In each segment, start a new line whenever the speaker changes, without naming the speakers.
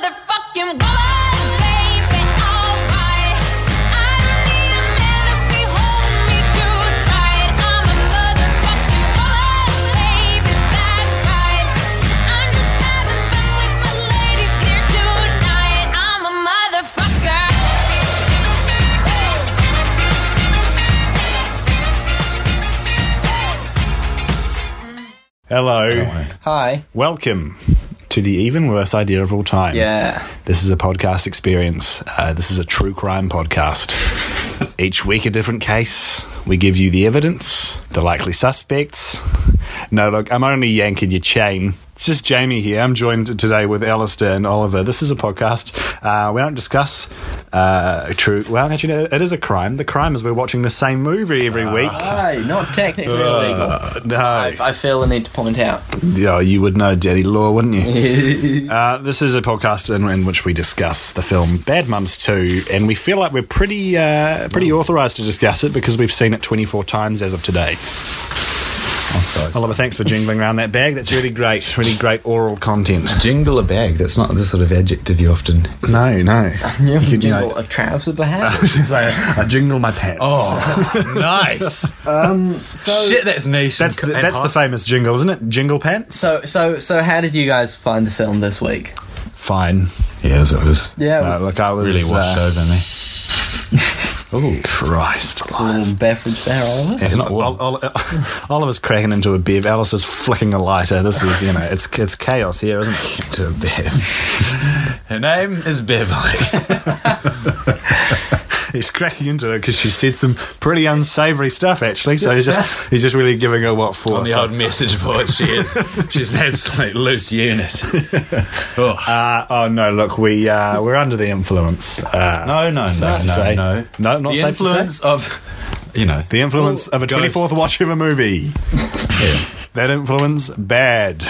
fucking woman, baby. Alright, I don't need a man to be holding me too tight. I'm a motherfucking woman, baby. That's right. I'm just having fun with my ladies here tonight. I'm a motherfucker.
Hello.
Hi.
Welcome to the even worse idea of all time.
Yeah.
This is a podcast experience. Uh, this is a true crime podcast. Each week, a different case. We give you the evidence, the likely suspects. No, look, I'm only yanking your chain. It's just Jamie here. I'm joined today with Alistair and Oliver. This is a podcast. Uh, we don't discuss uh, true. Well, actually, no, it is a crime. The crime is we're watching the same movie every week. Uh,
Hi. Not technically illegal.
no.
I, I feel the need to point out.
Yeah, you would know Daddy Law, wouldn't you? uh, this is a podcast in, in which we discuss the film Bad Mums 2, and we feel like we're pretty uh, pretty authorised to discuss it because we've seen it 24 times as of today. Oliver, thanks for jingling around that bag. That's really great, really great oral content.
Jingle a bag. That's not the sort of adjective you often.
No, no. You could, you know,
Jingle a trouser, perhaps.
I jingle my pants.
Oh, nice. Shit, Um, that's niche.
that's the,
and- and
that's the
hot.
famous jingle, isn't it? Jingle pants.
so, so, so, how did you guys find the film this week?
Fine.
Yeah, it was, it was
Yeah, it
No,
was
look, I was
really washed
uh,
over me.
Christ
a
alive.
little beverage there, Oliver.
It's not, Ol- Ol- Oliver's cracking into a bib. Alice is flicking a lighter. This is, you know, it's it's chaos here, isn't it?
To Bev. Her name is Beverly.
He's cracking into her because she said some pretty unsavoury stuff, actually. So he's just he's just really giving her what for.
On the
So,
old message board, she is. She's an absolute loose unit. Oh.
uh, oh no! Look, we uh, we're under the influence. Uh,
no, no,
it's
no,
hard to
no,
say.
no,
No, not
the
safe to say?
influence of, you know,
the influence of a
Ghosts.
twenty fourth watch of a movie. That influence bad.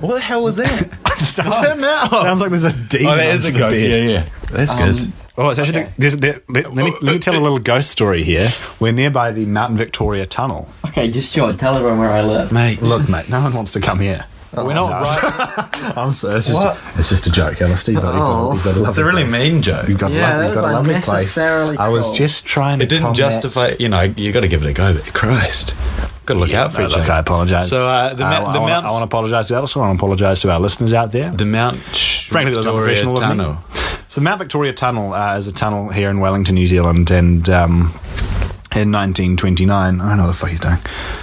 what the hell was that?
sounds,
Turn that off.
sounds like there's a demon.
oh, that is a
under the
ghost.
bed.
Yeah, yeah, that's good.
Oh, it's actually there's, there, let, let me, let me tell a little ghost story here. We're nearby the Mount Victoria Tunnel.
Okay, just sure. Tell everyone where I live.
Mate,
Look, mate, no one wants to come here.
Oh, we're not right.
I'm sorry, it's just
What?
A, it's just a joke, Alistair. You've got,
Oh.
you've got, you've got a
It's
lovely
a really
place.
mean joke.
You've got,
Yeah,
lovely,
that
you've got
was
a lovely place.
unnecessarily
I was
cruel.
just trying to.
It didn't
combat-
justify, you know, you got to give it a go, but Christ, got to look out for
No,
each
look,
other.
I apologise.
So uh, the,
I,
ma-
I
the
wanna-
mount,
I want to apologise to Alistair. I want to apologise to our listeners out there.
the mount,
Frankly, that was
Victoria
unprofessional of me.
Tunnel.
So Mount Victoria Tunnel uh, is a tunnel here in Wellington, New Zealand, and um, in 1929, I don't know what the fuck he's doing.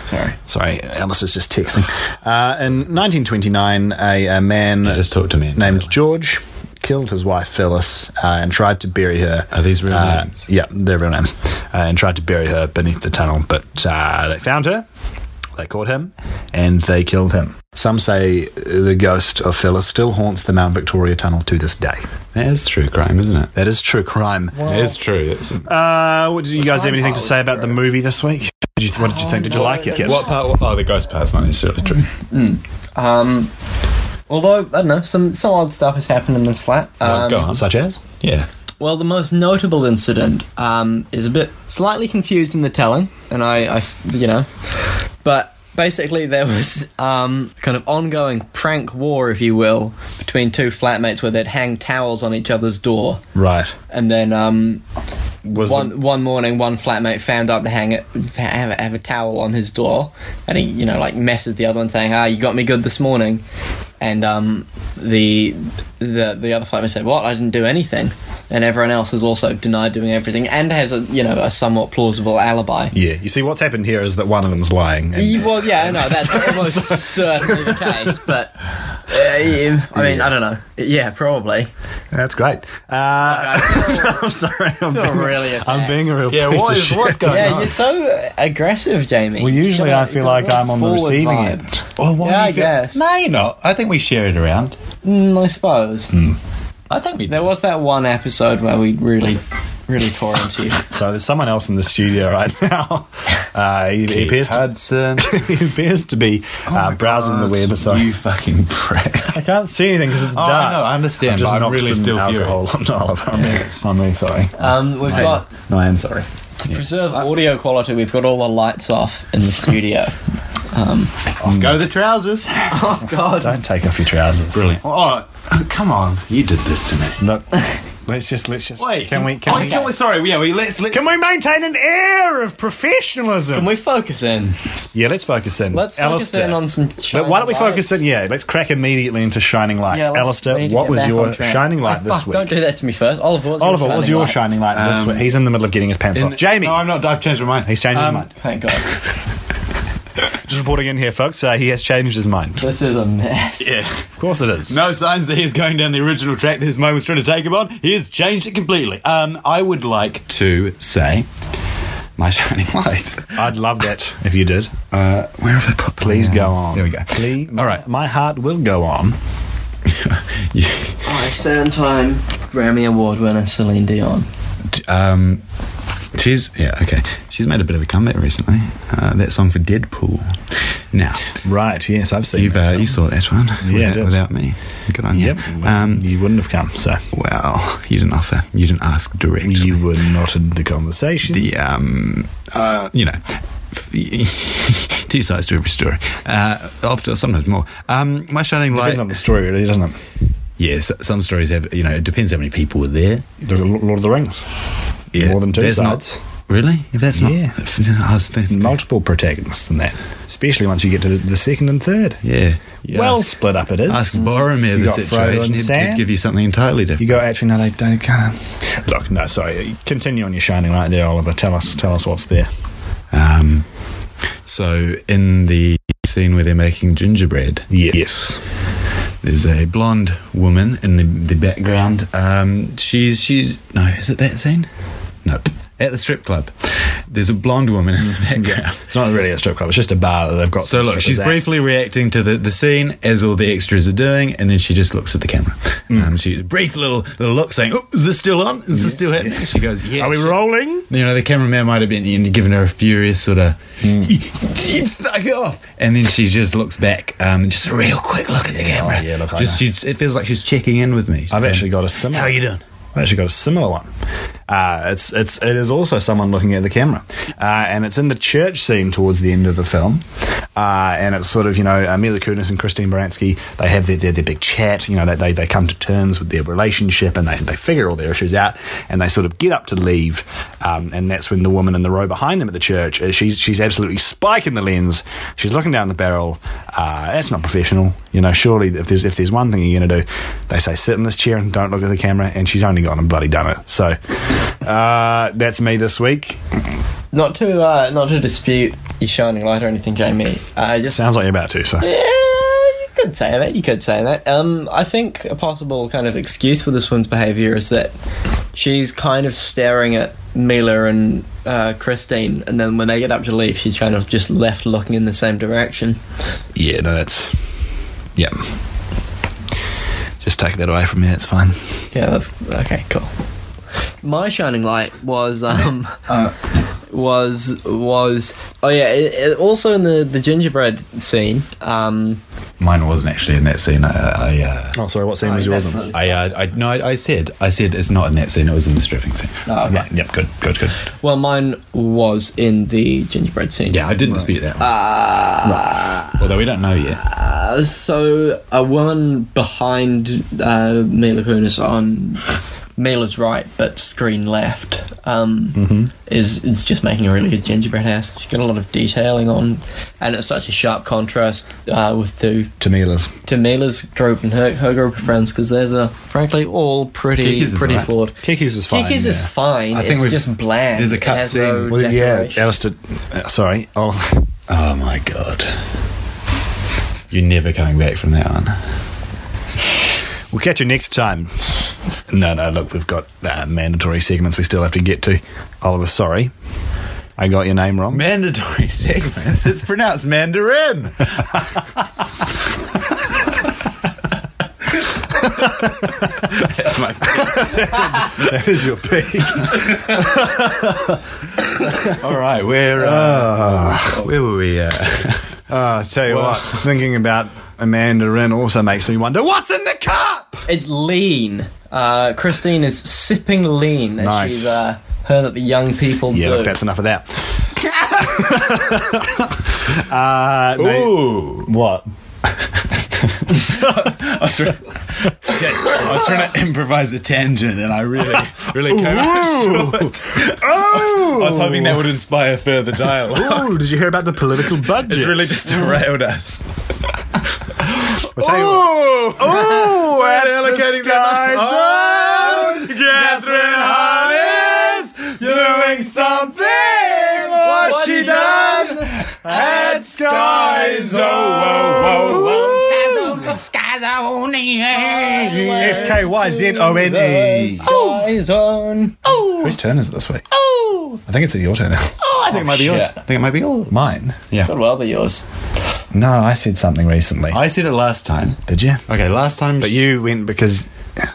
Sorry.
Sorry, Alice is just texting. Uh, in 1929, a, a man
Yeah, just talk to me.
named George killed his wife Phyllis uh, and tried to bury her.
Are these real
uh,
names?
Yeah, they're real names. Uh, and tried to bury her beneath the tunnel, but uh, they found her. They caught him and they killed him. Some say the ghost of Phyllis still haunts the Mount Victoria Tunnel to this day.
That is true crime, isn't it?
That is true crime.
It is true. That's
Uh, what, did you guys have anything to
part
say about the movie this week? Did you, what did you think? Did you like it?
What part? What, oh, the ghost part's not necessarily true.
Um, although I don't know, some some odd stuff has happened in this flat.
Well,
Um,
go on.
Such as?
Yeah.
Well, the most notable incident um, is a bit slightly confused in the telling, and I, I you know, but basically there was um, kind of ongoing prank war, if you will, between two flatmates where they'd hang towels on each other's door,
Right.
and then um,
Was
one one morning, one flatmate found out to hang it, have, have a towel on his door, and he, you know, like messaged the other one saying, "Ah, you got me good this morning," and um, the the the other flatmate said, "What? I didn't do anything," and everyone else has also denied doing everything and has a you know a somewhat plausible alibi.
Yeah, you see, what's happened here is that one of them's lying. and-
Y- Well, yeah, I know that's almost certainly the case, but uh, yeah, I mean, I don't know. Yeah, probably.
that's great. Uh,
I feel-
I'm sorry, I'm
feel
being,
really
I'm
attacked.
being a real
Yeah,
piece
what
of
is-
shit.
what's going
yeah,
on?
you're so aggressive, Jamie.
Well, usually I feel like I'm on the
Forward
receiving
vibe.
end.
Oh, why
Yeah,
you
I guess.
No, you're not. I think we share it around.
Mm, I suppose.
Hmm.
I think we.
There
do.
was that one episode where we really, really tore into you.
So there's someone else in the studio right now. Uh, he, he appears to,
Hudson. Oh
he appears to be uh, browsing the web. So
You fucking prick.
I can't see anything because it's
Oh, I
dark.
know, I understand,
I'm just
but I'm
knocked
really
some
still
alcohol on Oliver. I'm, really, I'm really sorry.
Uh,
Um, we've got
No, I am sorry.
to preserve audio quality. We've got all the lights off in the studio. Um,
Off
Go the trousers.
oh God.
Mm. Don't take off your trousers.
Brilliant.
Oh, come on. You did this to me.
Look, let's just let's just.
Wait.
can we can
oh,
we
Can we sorry, yeah, we, let's. let's
can we maintain an air of professionalism?
Can we focus in?
yeah, let's focus in.
Let's focus
Alistair.
in on some.
But why don't we focus in?
shining lights.
Yeah, let's crack immediately into shining lights.
let's- we
Alistair,
need to
what
get
was
back
your
on track.
shining light
Oh,
this
fuck, Don't
week?
do that to me first, Oliver. What was
Oliver,
your
what was your shining light this
Um,
week? He's in the middle of getting his pants off. Jamie,
No, I'm not. I've changed my mind.
he's changed
Um,
his mind.
Thank God.
Just reporting in here, folks. Uh, he has changed his mind.
This is a mess.
Yeah.
Of course, it is.
No signs that he's going down the original track that his mum was trying to take him on. He has changed it completely. Um, I would like to say my shining light.
I'd love that if you did.
Uh, where have I put?
Please go on.
There we go.
Please,
All right.
My heart will go on.
Oh, seven-time Grammy Award winner Celine Dion.
Um, she's yeah okay. She's made a bit of a comeback recently. Uh, that song for Deadpool. Now
Right. Yes, I've seen.
you've
that
uh, you
film.
saw that one
Yeah, I
without,
did.
without me. Good on
Yep.
you. Um,
you wouldn't have come, so
well, you didn't offer. You didn't ask directly.
you were not in the conversation.
the um, uh, you know, two sides to every story. Uh, after sometimes more. Um, my shining light.
Depends on the story, really, doesn't it?
Yes, some stories have. You know, it depends how many people were there.
The Lord of the Rings.
Yeah,
More than two
that's not-
sides.
really? If that's not.
Yeah.
I was thinking.
Multiple protagonists than that, especially once you get to the, the second and third.
Yeah. You
Well,
ask-
split up it is.
Ask
You
Boromir the
got Frodo
situation.
and
He'd,
Sam.
he'd give you something entirely different.
You go, actually, no, they don't. Come. Look, no, sorry. Continue on your shining light there, Oliver. Tell us, tell us what's there.
Um, so in the scene where they're making gingerbread,
Yes.
there's a blonde woman in the, the background. Um, she's she's no, is it that scene? Nope. At the strip club, there's a blonde woman in the background.
It's not really a strip club. It's just a bar that they've got. some
So look,
strippers
she's
at.
briefly reacting to the, the scene as all the extras are doing, and then she just looks at the camera.
Hmm.
Um, she a brief little little look, saying, "Oh, is this still on? Is this still happening?" She goes, "Yeah."
Are we
shit."
rolling?
You know, the cameraman might have been you know, giving her a furious sort of
Hmm.
"Fuck off," and then she just looks back, um, just a real quick look at the camera.
yeah, look, I
just she, it feels like she's checking in with me.
I've actually got a similar.
How you doing?
I've actually got a similar one. Uh, it's it's it is also someone looking at the camera, uh, and it's in the church scene towards the end of the film, uh, and it's sort of you know uh, Mila Kunis and Christine Baranski. They have their, their their big chat. You know they, they they come to terms with their relationship and they they figure all their issues out, and they sort of get up to leave, um, and that's when the woman in the row behind them at the church uh, she's she's absolutely spiking the lens. She's looking down the barrel. Uh, that's not professional. You know, surely if there's if there's one thing you're gonna do, they say sit in this chair and don't look at the camera. And she's only gone and bloody done it. So uh, that's me this week.
Not to uh, not to dispute your shining light or anything, Jamie. I just
Sounds like you're about to. So
Yeah, you could say that. You could say that. Um, I think a possible kind of excuse for this woman's behaviour is that she's kind of staring at Mila and uh, Christine, and then when they get up to leave, she's kind of just left looking in the same direction.
yeah, no, that's yeah. Just take that away from me. It's fine.
Yeah, that's okay. Cool. My shining light was um was was oh yeah. It, it, also in the the gingerbread scene. Um,
Mine wasn't actually in that scene. I, I uh,
Oh, sorry. What scene was yours? in?
I, uh, I no, I, I said, I said it's not in that scene. It was in the stripping scene.
Oh, okay.
Right, Yep. Good. Good. Good.
Well, mine was in the gingerbread scene.
Yeah, I didn't dispute that. One. Although we don't know yet.
Uh, so a woman behind uh, Mila Kunis on Mila's right, but screen left, um,
Mm-hmm.
is is just making a really good gingerbread house. She's got a lot of detailing on, and it's such a sharp contrast uh, with the
Tamila's.
to Mila's group and her, her group of friends because theirs are frankly all pretty
Kiki's is
pretty
alright.
flawed.
Kiki's is fine.
Kiki's is
yeah.
fine.
I think
it's
we've-
just bland.
there's a
It
cut
has
scene.
no
Well, yeah,
decoration.
Alistair. Uh, sorry, Oliver.
Oh my god. You're never coming back from that one.
We'll catch you next time. No, no, look, we've got uh, mandatory segments we still have to get to. Oliver, sorry. I got your name wrong.
Mandatory segments. It's pronounced Mandarin. That's my.
that is your peak.
All right, where uh, where were we? Uh,
Uh, tell you what, thinking about Amanda Wren also makes me wonder what's in the cup?
It's lean. Uh, Christine is sipping lean. as
Nice.
She's uh, heard that the young people
Yeah,
do.
look, that's enough of that. Uh, no-
Ooh.
what?
I was, trying, okay, I was trying to improvise a tangent and I really, really came up short. I was hoping that would inspire further dialogue.
Oh, did you hear about the political budget?
It's really just derailed us.
Oh, oh, and allocating
skies
that.
Catherine Harness doing something. What,
she done
at
Sky Zone. S K Y Z O N E.
Eyes on.
Whose turn is it this week? Oh, I think it's your turn. Oh, I think it might be yours.
shit.
I think it might be all mine.
Could well be yours.
No, I said something recently.
I said it last time.
Did you?
Okay, last time.
But you went because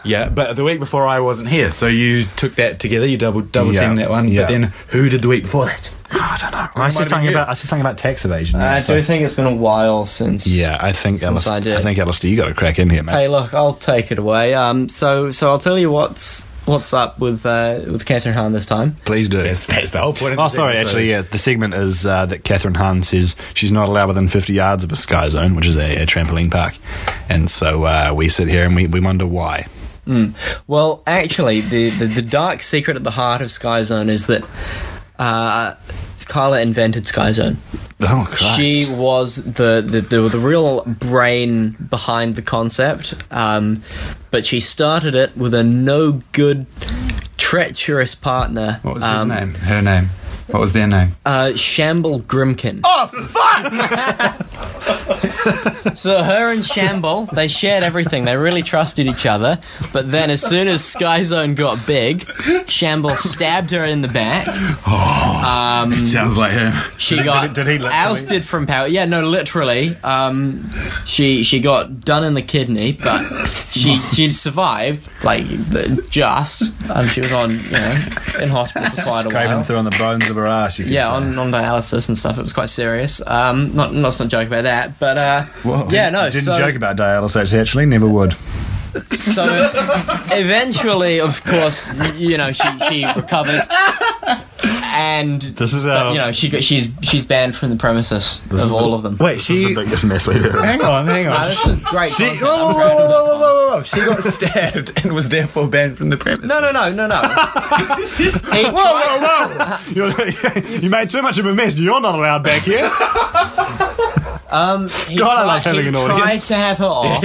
yeah, but the week before I wasn't here, so you took that together. You double double
Yeah,
teamed that one.
yeah.
But then who did the week before that?
Ah, I don't know. I
might
said
have
something
been
about
you.
I said something about tax evasion.
I
yeah, so-
do Uh, think it's been a while since.
yeah, I think Alistair,
I
I,
did.
think Alistair, you got to crack in here, mate.
Hey, look, I'll take it away. Um, so, so I'll tell you what's what's up with uh, with Catherine Hahn this time.
Please do.
That's, that's the whole point. Of
Oh,
this
sorry.
episode.
Actually, yeah. The segment is uh, that Catherine Hahn says she's not allowed within 50 yards of a sky zone, which is a, a trampoline park. And so uh, we sit here and we, we wonder why.
Well, actually, the, the, the dark secret at the heart of Sky Zone is that uh, Carla invented Sky Zone.
Oh, Christ.
She was the, the, the, the real brain behind the concept, um, but she started it with a no good, treacherous partner.
What was his
um,
name? Her name. What was their name?
Uh, Shamble Grimkin. Oh, fuck! so her and Shamble, they shared everything. They really trusted each other. But then as soon as Sky Zone got big, Shamble stabbed her in the back.
Oh,
Um,
Sounds like her.
She got
did he literally?
ousted from power. Yeah, no, literally. Um, she she got done in the kidney, but she she survived, like, the- just. Um, she was on, you know, in hospital for quite a
Scraping
while.
through on the bones of her ass, you could
Yeah,
say.
uh,
on, on dialysis and stuff. It was quite serious. Um, not let's not joke about that. But uh, yeah, no.
Didn't
so,
joke about dialysis, actually. Never would.
So eventually, of course, y- you know she she recovered, and
This is um,
but,
our-
you know she got, she's she's banned from the premises of all of them.
Wait, she.
biggest mess we've ever
Hang on, hang
No,
on.
this was great.
She,
content.
whoa,
I'm
whoa,
proud
whoa,
of
whoa,
this
whoa,
one.
whoa, whoa. She got stabbed and was therefore banned from the premise.
No, no, no, no, no. He tried-
Whoa, whoa! You're- you made too much of a mess. You're not allowed back here.
he
God, I
tried-
love having
he
an
Tried
audience.
to have her off.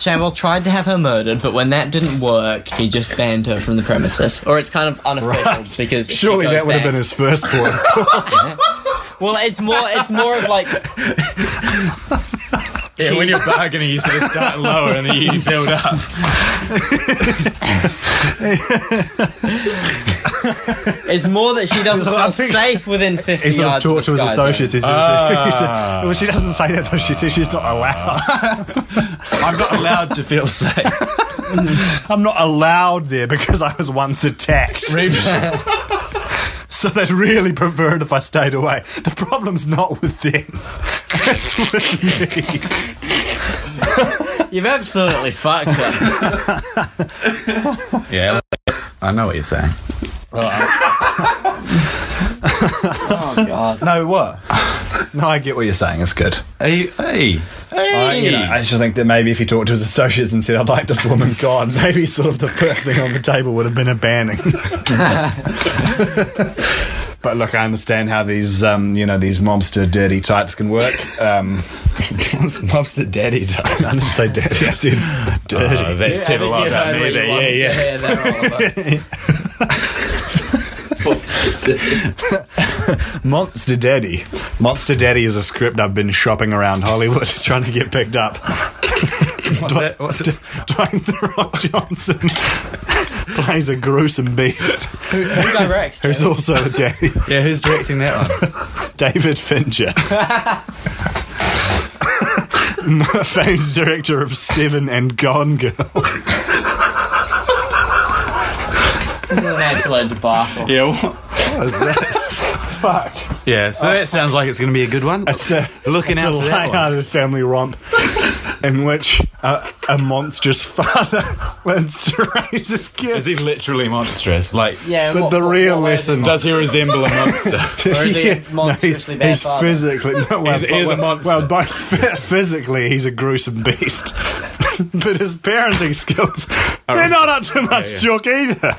Shamble tried to have her murdered, but when that didn't work, he just banned her from the premises. Or it's kind of unofficial because she
Surely
goes
that would have
back.
been his first point.
Well, it's more it's more of like
Yeah, when you're bargaining, you sort of start lower and then you build up.
it's more that she doesn't
I
feel
think-
safe within fifty
He sort of
yards.
talked to
the
his
sky
associates.
zone.
He said- he
Ah.
said- well, she doesn't say that though. She says she's not allowed.
I'm not allowed to feel safe.
I'm not allowed there because I was once attacked. so they'd really prefer it if I stayed away. The problem's not with them. It's with me.
You've absolutely fucked her.
yeah. I know what you're saying.
Oh god.
No, what? No, I get what you're saying. It's good.
Hey, hey.
I, you know, I just think that maybe if he talked to his associates and said, I'd like this woman gone, maybe sort of the first thing on the table would have been a banning. but look, I understand how these, um, you know, these mobster dirty types can work. Um, mobster daddy type. I didn't say daddy, I said dirty.
Uh,
Oh, that said a lot about me there. Yeah, yeah.
Monster Daddy. Monster Daddy is a script I've been shopping around Hollywood trying to get picked up. Dwayne-
that? What's
D- Dwayne The Rock Johnson plays a gruesome beast
Who directs?
who's
Jamie?
also a daddy.
Yeah, who's directing that one?
David Fincher. Famed director of Seven and Gone Girl.
This is an absolute debacle.
Yeah. wha-
What is this? Fuck.
Yeah, so that sounds like it's going to be a good one.
It's a,
Looking
it's
out
a
for that one.
light-hearted family romp. in which a, a monstrous father learns to raise his
Is
kids.
he literally monstrous? Like,
Yeah,
but
what-
the
what-
real
what way-
lesson
does he resemble a monster?
Or is he a
Yeah,
monstrously
no,
bad
he's
father?
physically no, well,
he is a
well,
monster.
Well, by phy- physically, he's a gruesome beast, but his parenting skills they're not up to much
yeah.
jock either.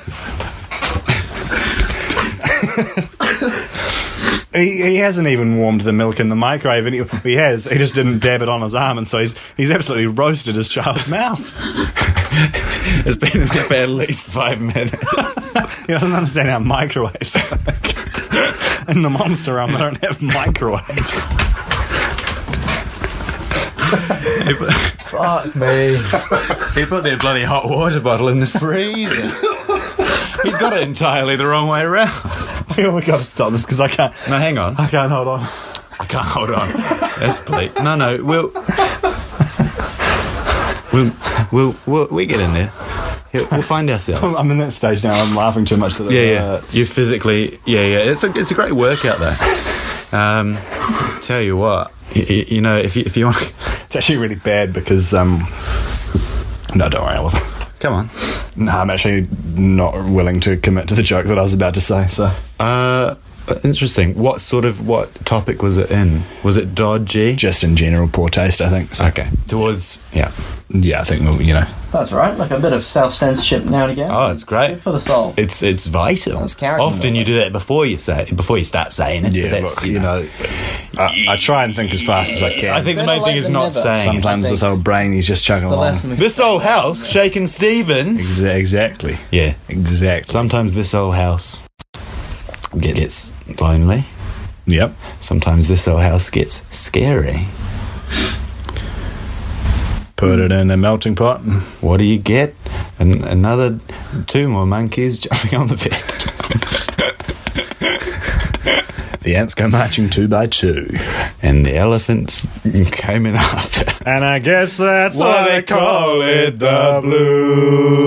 He, he hasn't even warmed the milk in the microwave, and he, he has. He just didn't dab it on his arm, and so he's he's absolutely roasted his child's mouth.
it's been in there for at least five minutes.
He doesn't understand how microwaves. work. in the monster realm, they don't have microwaves.
Fuck me.
He put their bloody hot water bottle in the freezer. He's got it entirely the wrong way around.
Oh, we got to stop this because I can't.
No, hang on.
I can't hold on.
I can't hold on. That's bleak. No, no, we'll, we'll, we'll, we'll we get in there. Here, We'll find ourselves.
I'm in that stage now. I'm laughing too much. That it
Yeah, yeah.
hurts.
You physically, yeah, yeah. It's a, it's a great workout though. Um, tell you what, you, you know, if you, if you want,
It's actually really bad because um. No, don't worry. I wasn't.
come on.
No, I'm actually not willing to commit to the joke that I was about to say. So
Uh, interesting. What sort of what topic was it in? Was it dodgy?
just in general, poor taste. I think. So,
Okay. Towards yeah.
Yeah, I think we'll, you know.
That's right. Like a bit of self censorship now and again.
Oh, it's great.
good for the soul.
It's it's vital.
That's character
Often you
building.
do that before you say before you start saying it. but
Yeah,
that's,
but, you know. I, I try and think as fast as I can.
I think the
Better
main thing
late
is
than
not
never.
saying. it.
sometimes this old brain is just chugging
the
along.
lesson we
This old house, shaking Stevens.
Exa- Exactly.
Yeah.
Exactly.
Sometimes this old house gets lonely.
Yep.
Sometimes this old house gets scary.
Put it in a melting pot.
What do you get? An- another two more monkeys jumping on the bed.
The ants go marching two by two.
And the elephants came in after.
And I guess that's
Why
why
they
they call
call
it
it
the
the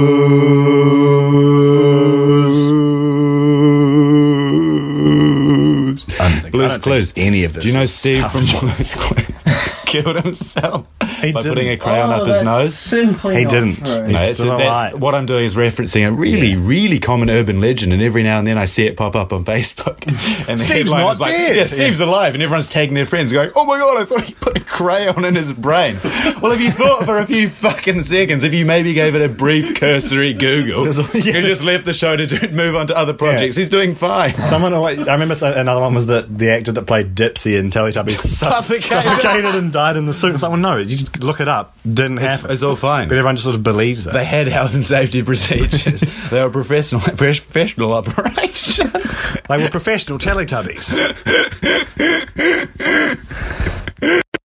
blues.
Blues Clues.
Any of this?
Do you know
is
Steve
stuff.
from Blues Clues killed himself
He
by
didn't.
putting a
Oh,
crayon up his
that's
nose?
Simply
He
not
didn't.
true.
He's
No, so
still
that's-
alive.
what I'm doing is referencing a really, really common urban legend, and every now and then I see it pop up on Facebook. And the
Steve's
headline
not
is like,
dead.
Yeah, Steve's alive, and everyone's tagging their friends, going, "Oh my god, I thought he put a crayon in his brain." well, if you thought for a few fucking seconds, if you maybe gave it a brief cursory Google, you just left the show to do, move on to other projects. He's doing fine.
Someone, I remember so- another one was that the actor that played Dipsy in Teletubbies suff-
Suffocated.
suffocated and died in the suit. It's like, well, no, you just look it up. Didn't
It's,
happen.
it's all fine.
but everyone just sort of believes it.
They had health and safety procedures. they were professional professional operation.
They were professional Teletubbies.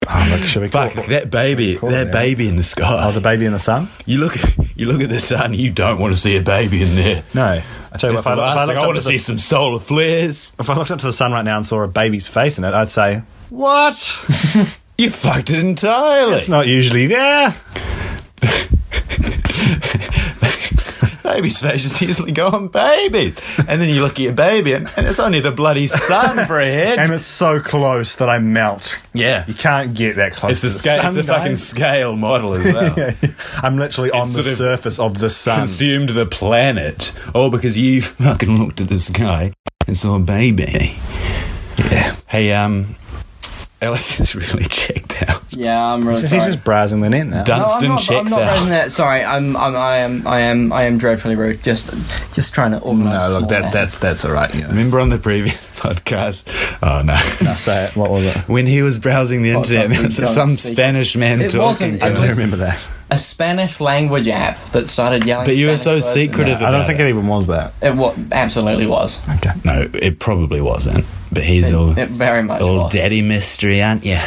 oh, look, should we call
Fuck that baby,
Cool,
that
yeah.
baby in the sky.
Oh, the baby in the sun?
you look, you look at the sun. You don't want to see a baby in there.
No. I tell you what,
That's
if I,
the
if,
last
I
thing.
looked
I
up
want
to
to see
the,
some solar flares.
if I looked up to the sun right now and saw a baby's face in it, I'd say, What?
You fucked it entirely.
it's not usually there.
Baby's face is usually going babies, and then you look at your baby, and, and it's only the bloody sun for a head.
And it's so close that I melt.
yeah,
You can't get that close
it's
to
a
the
scale, it's a
sun,
fucking
guys.
scale model as well.
I'm literally on
It's
the
sort of
surface of the
Um,
sun.
consumed the planet, all because you fucking looked at the sky and saw a baby. Yeah. Hey, um, Alice is really checked out.
Yeah, I'm really
So
sorry.
He's just browsing the net now.
No, I'm
Dunstan
not, I'm
checks
not raising
out.
that. Sorry, I'm, I'm, I am, I am, I am dreadfully rude. Just, just trying to organise.
No,
small
look, that,
matters.
that's that's all right. You know.
Remember on the previous podcast? Oh no.
I say it. What was it?
When he was browsing the internet,
Podcast,
there was
we don't
some
speak.
Spanish man
It
talking.
wasn't-
to
it
him.
I
was-
remember that.
a Spanish language app that started yelling.
But you were so
Spanish words and-
secretive.
I don't
about
think it even was that.
It wa- absolutely was.
Okay.
No, it probably wasn't. But he's all
It very much
all
was.
daddy mystery, aren't you?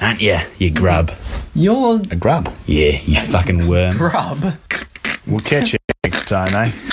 aren't you? You grub.
Your
A grub.
Yeah, you fucking worm.
grub.
We'll catch you next time, eh?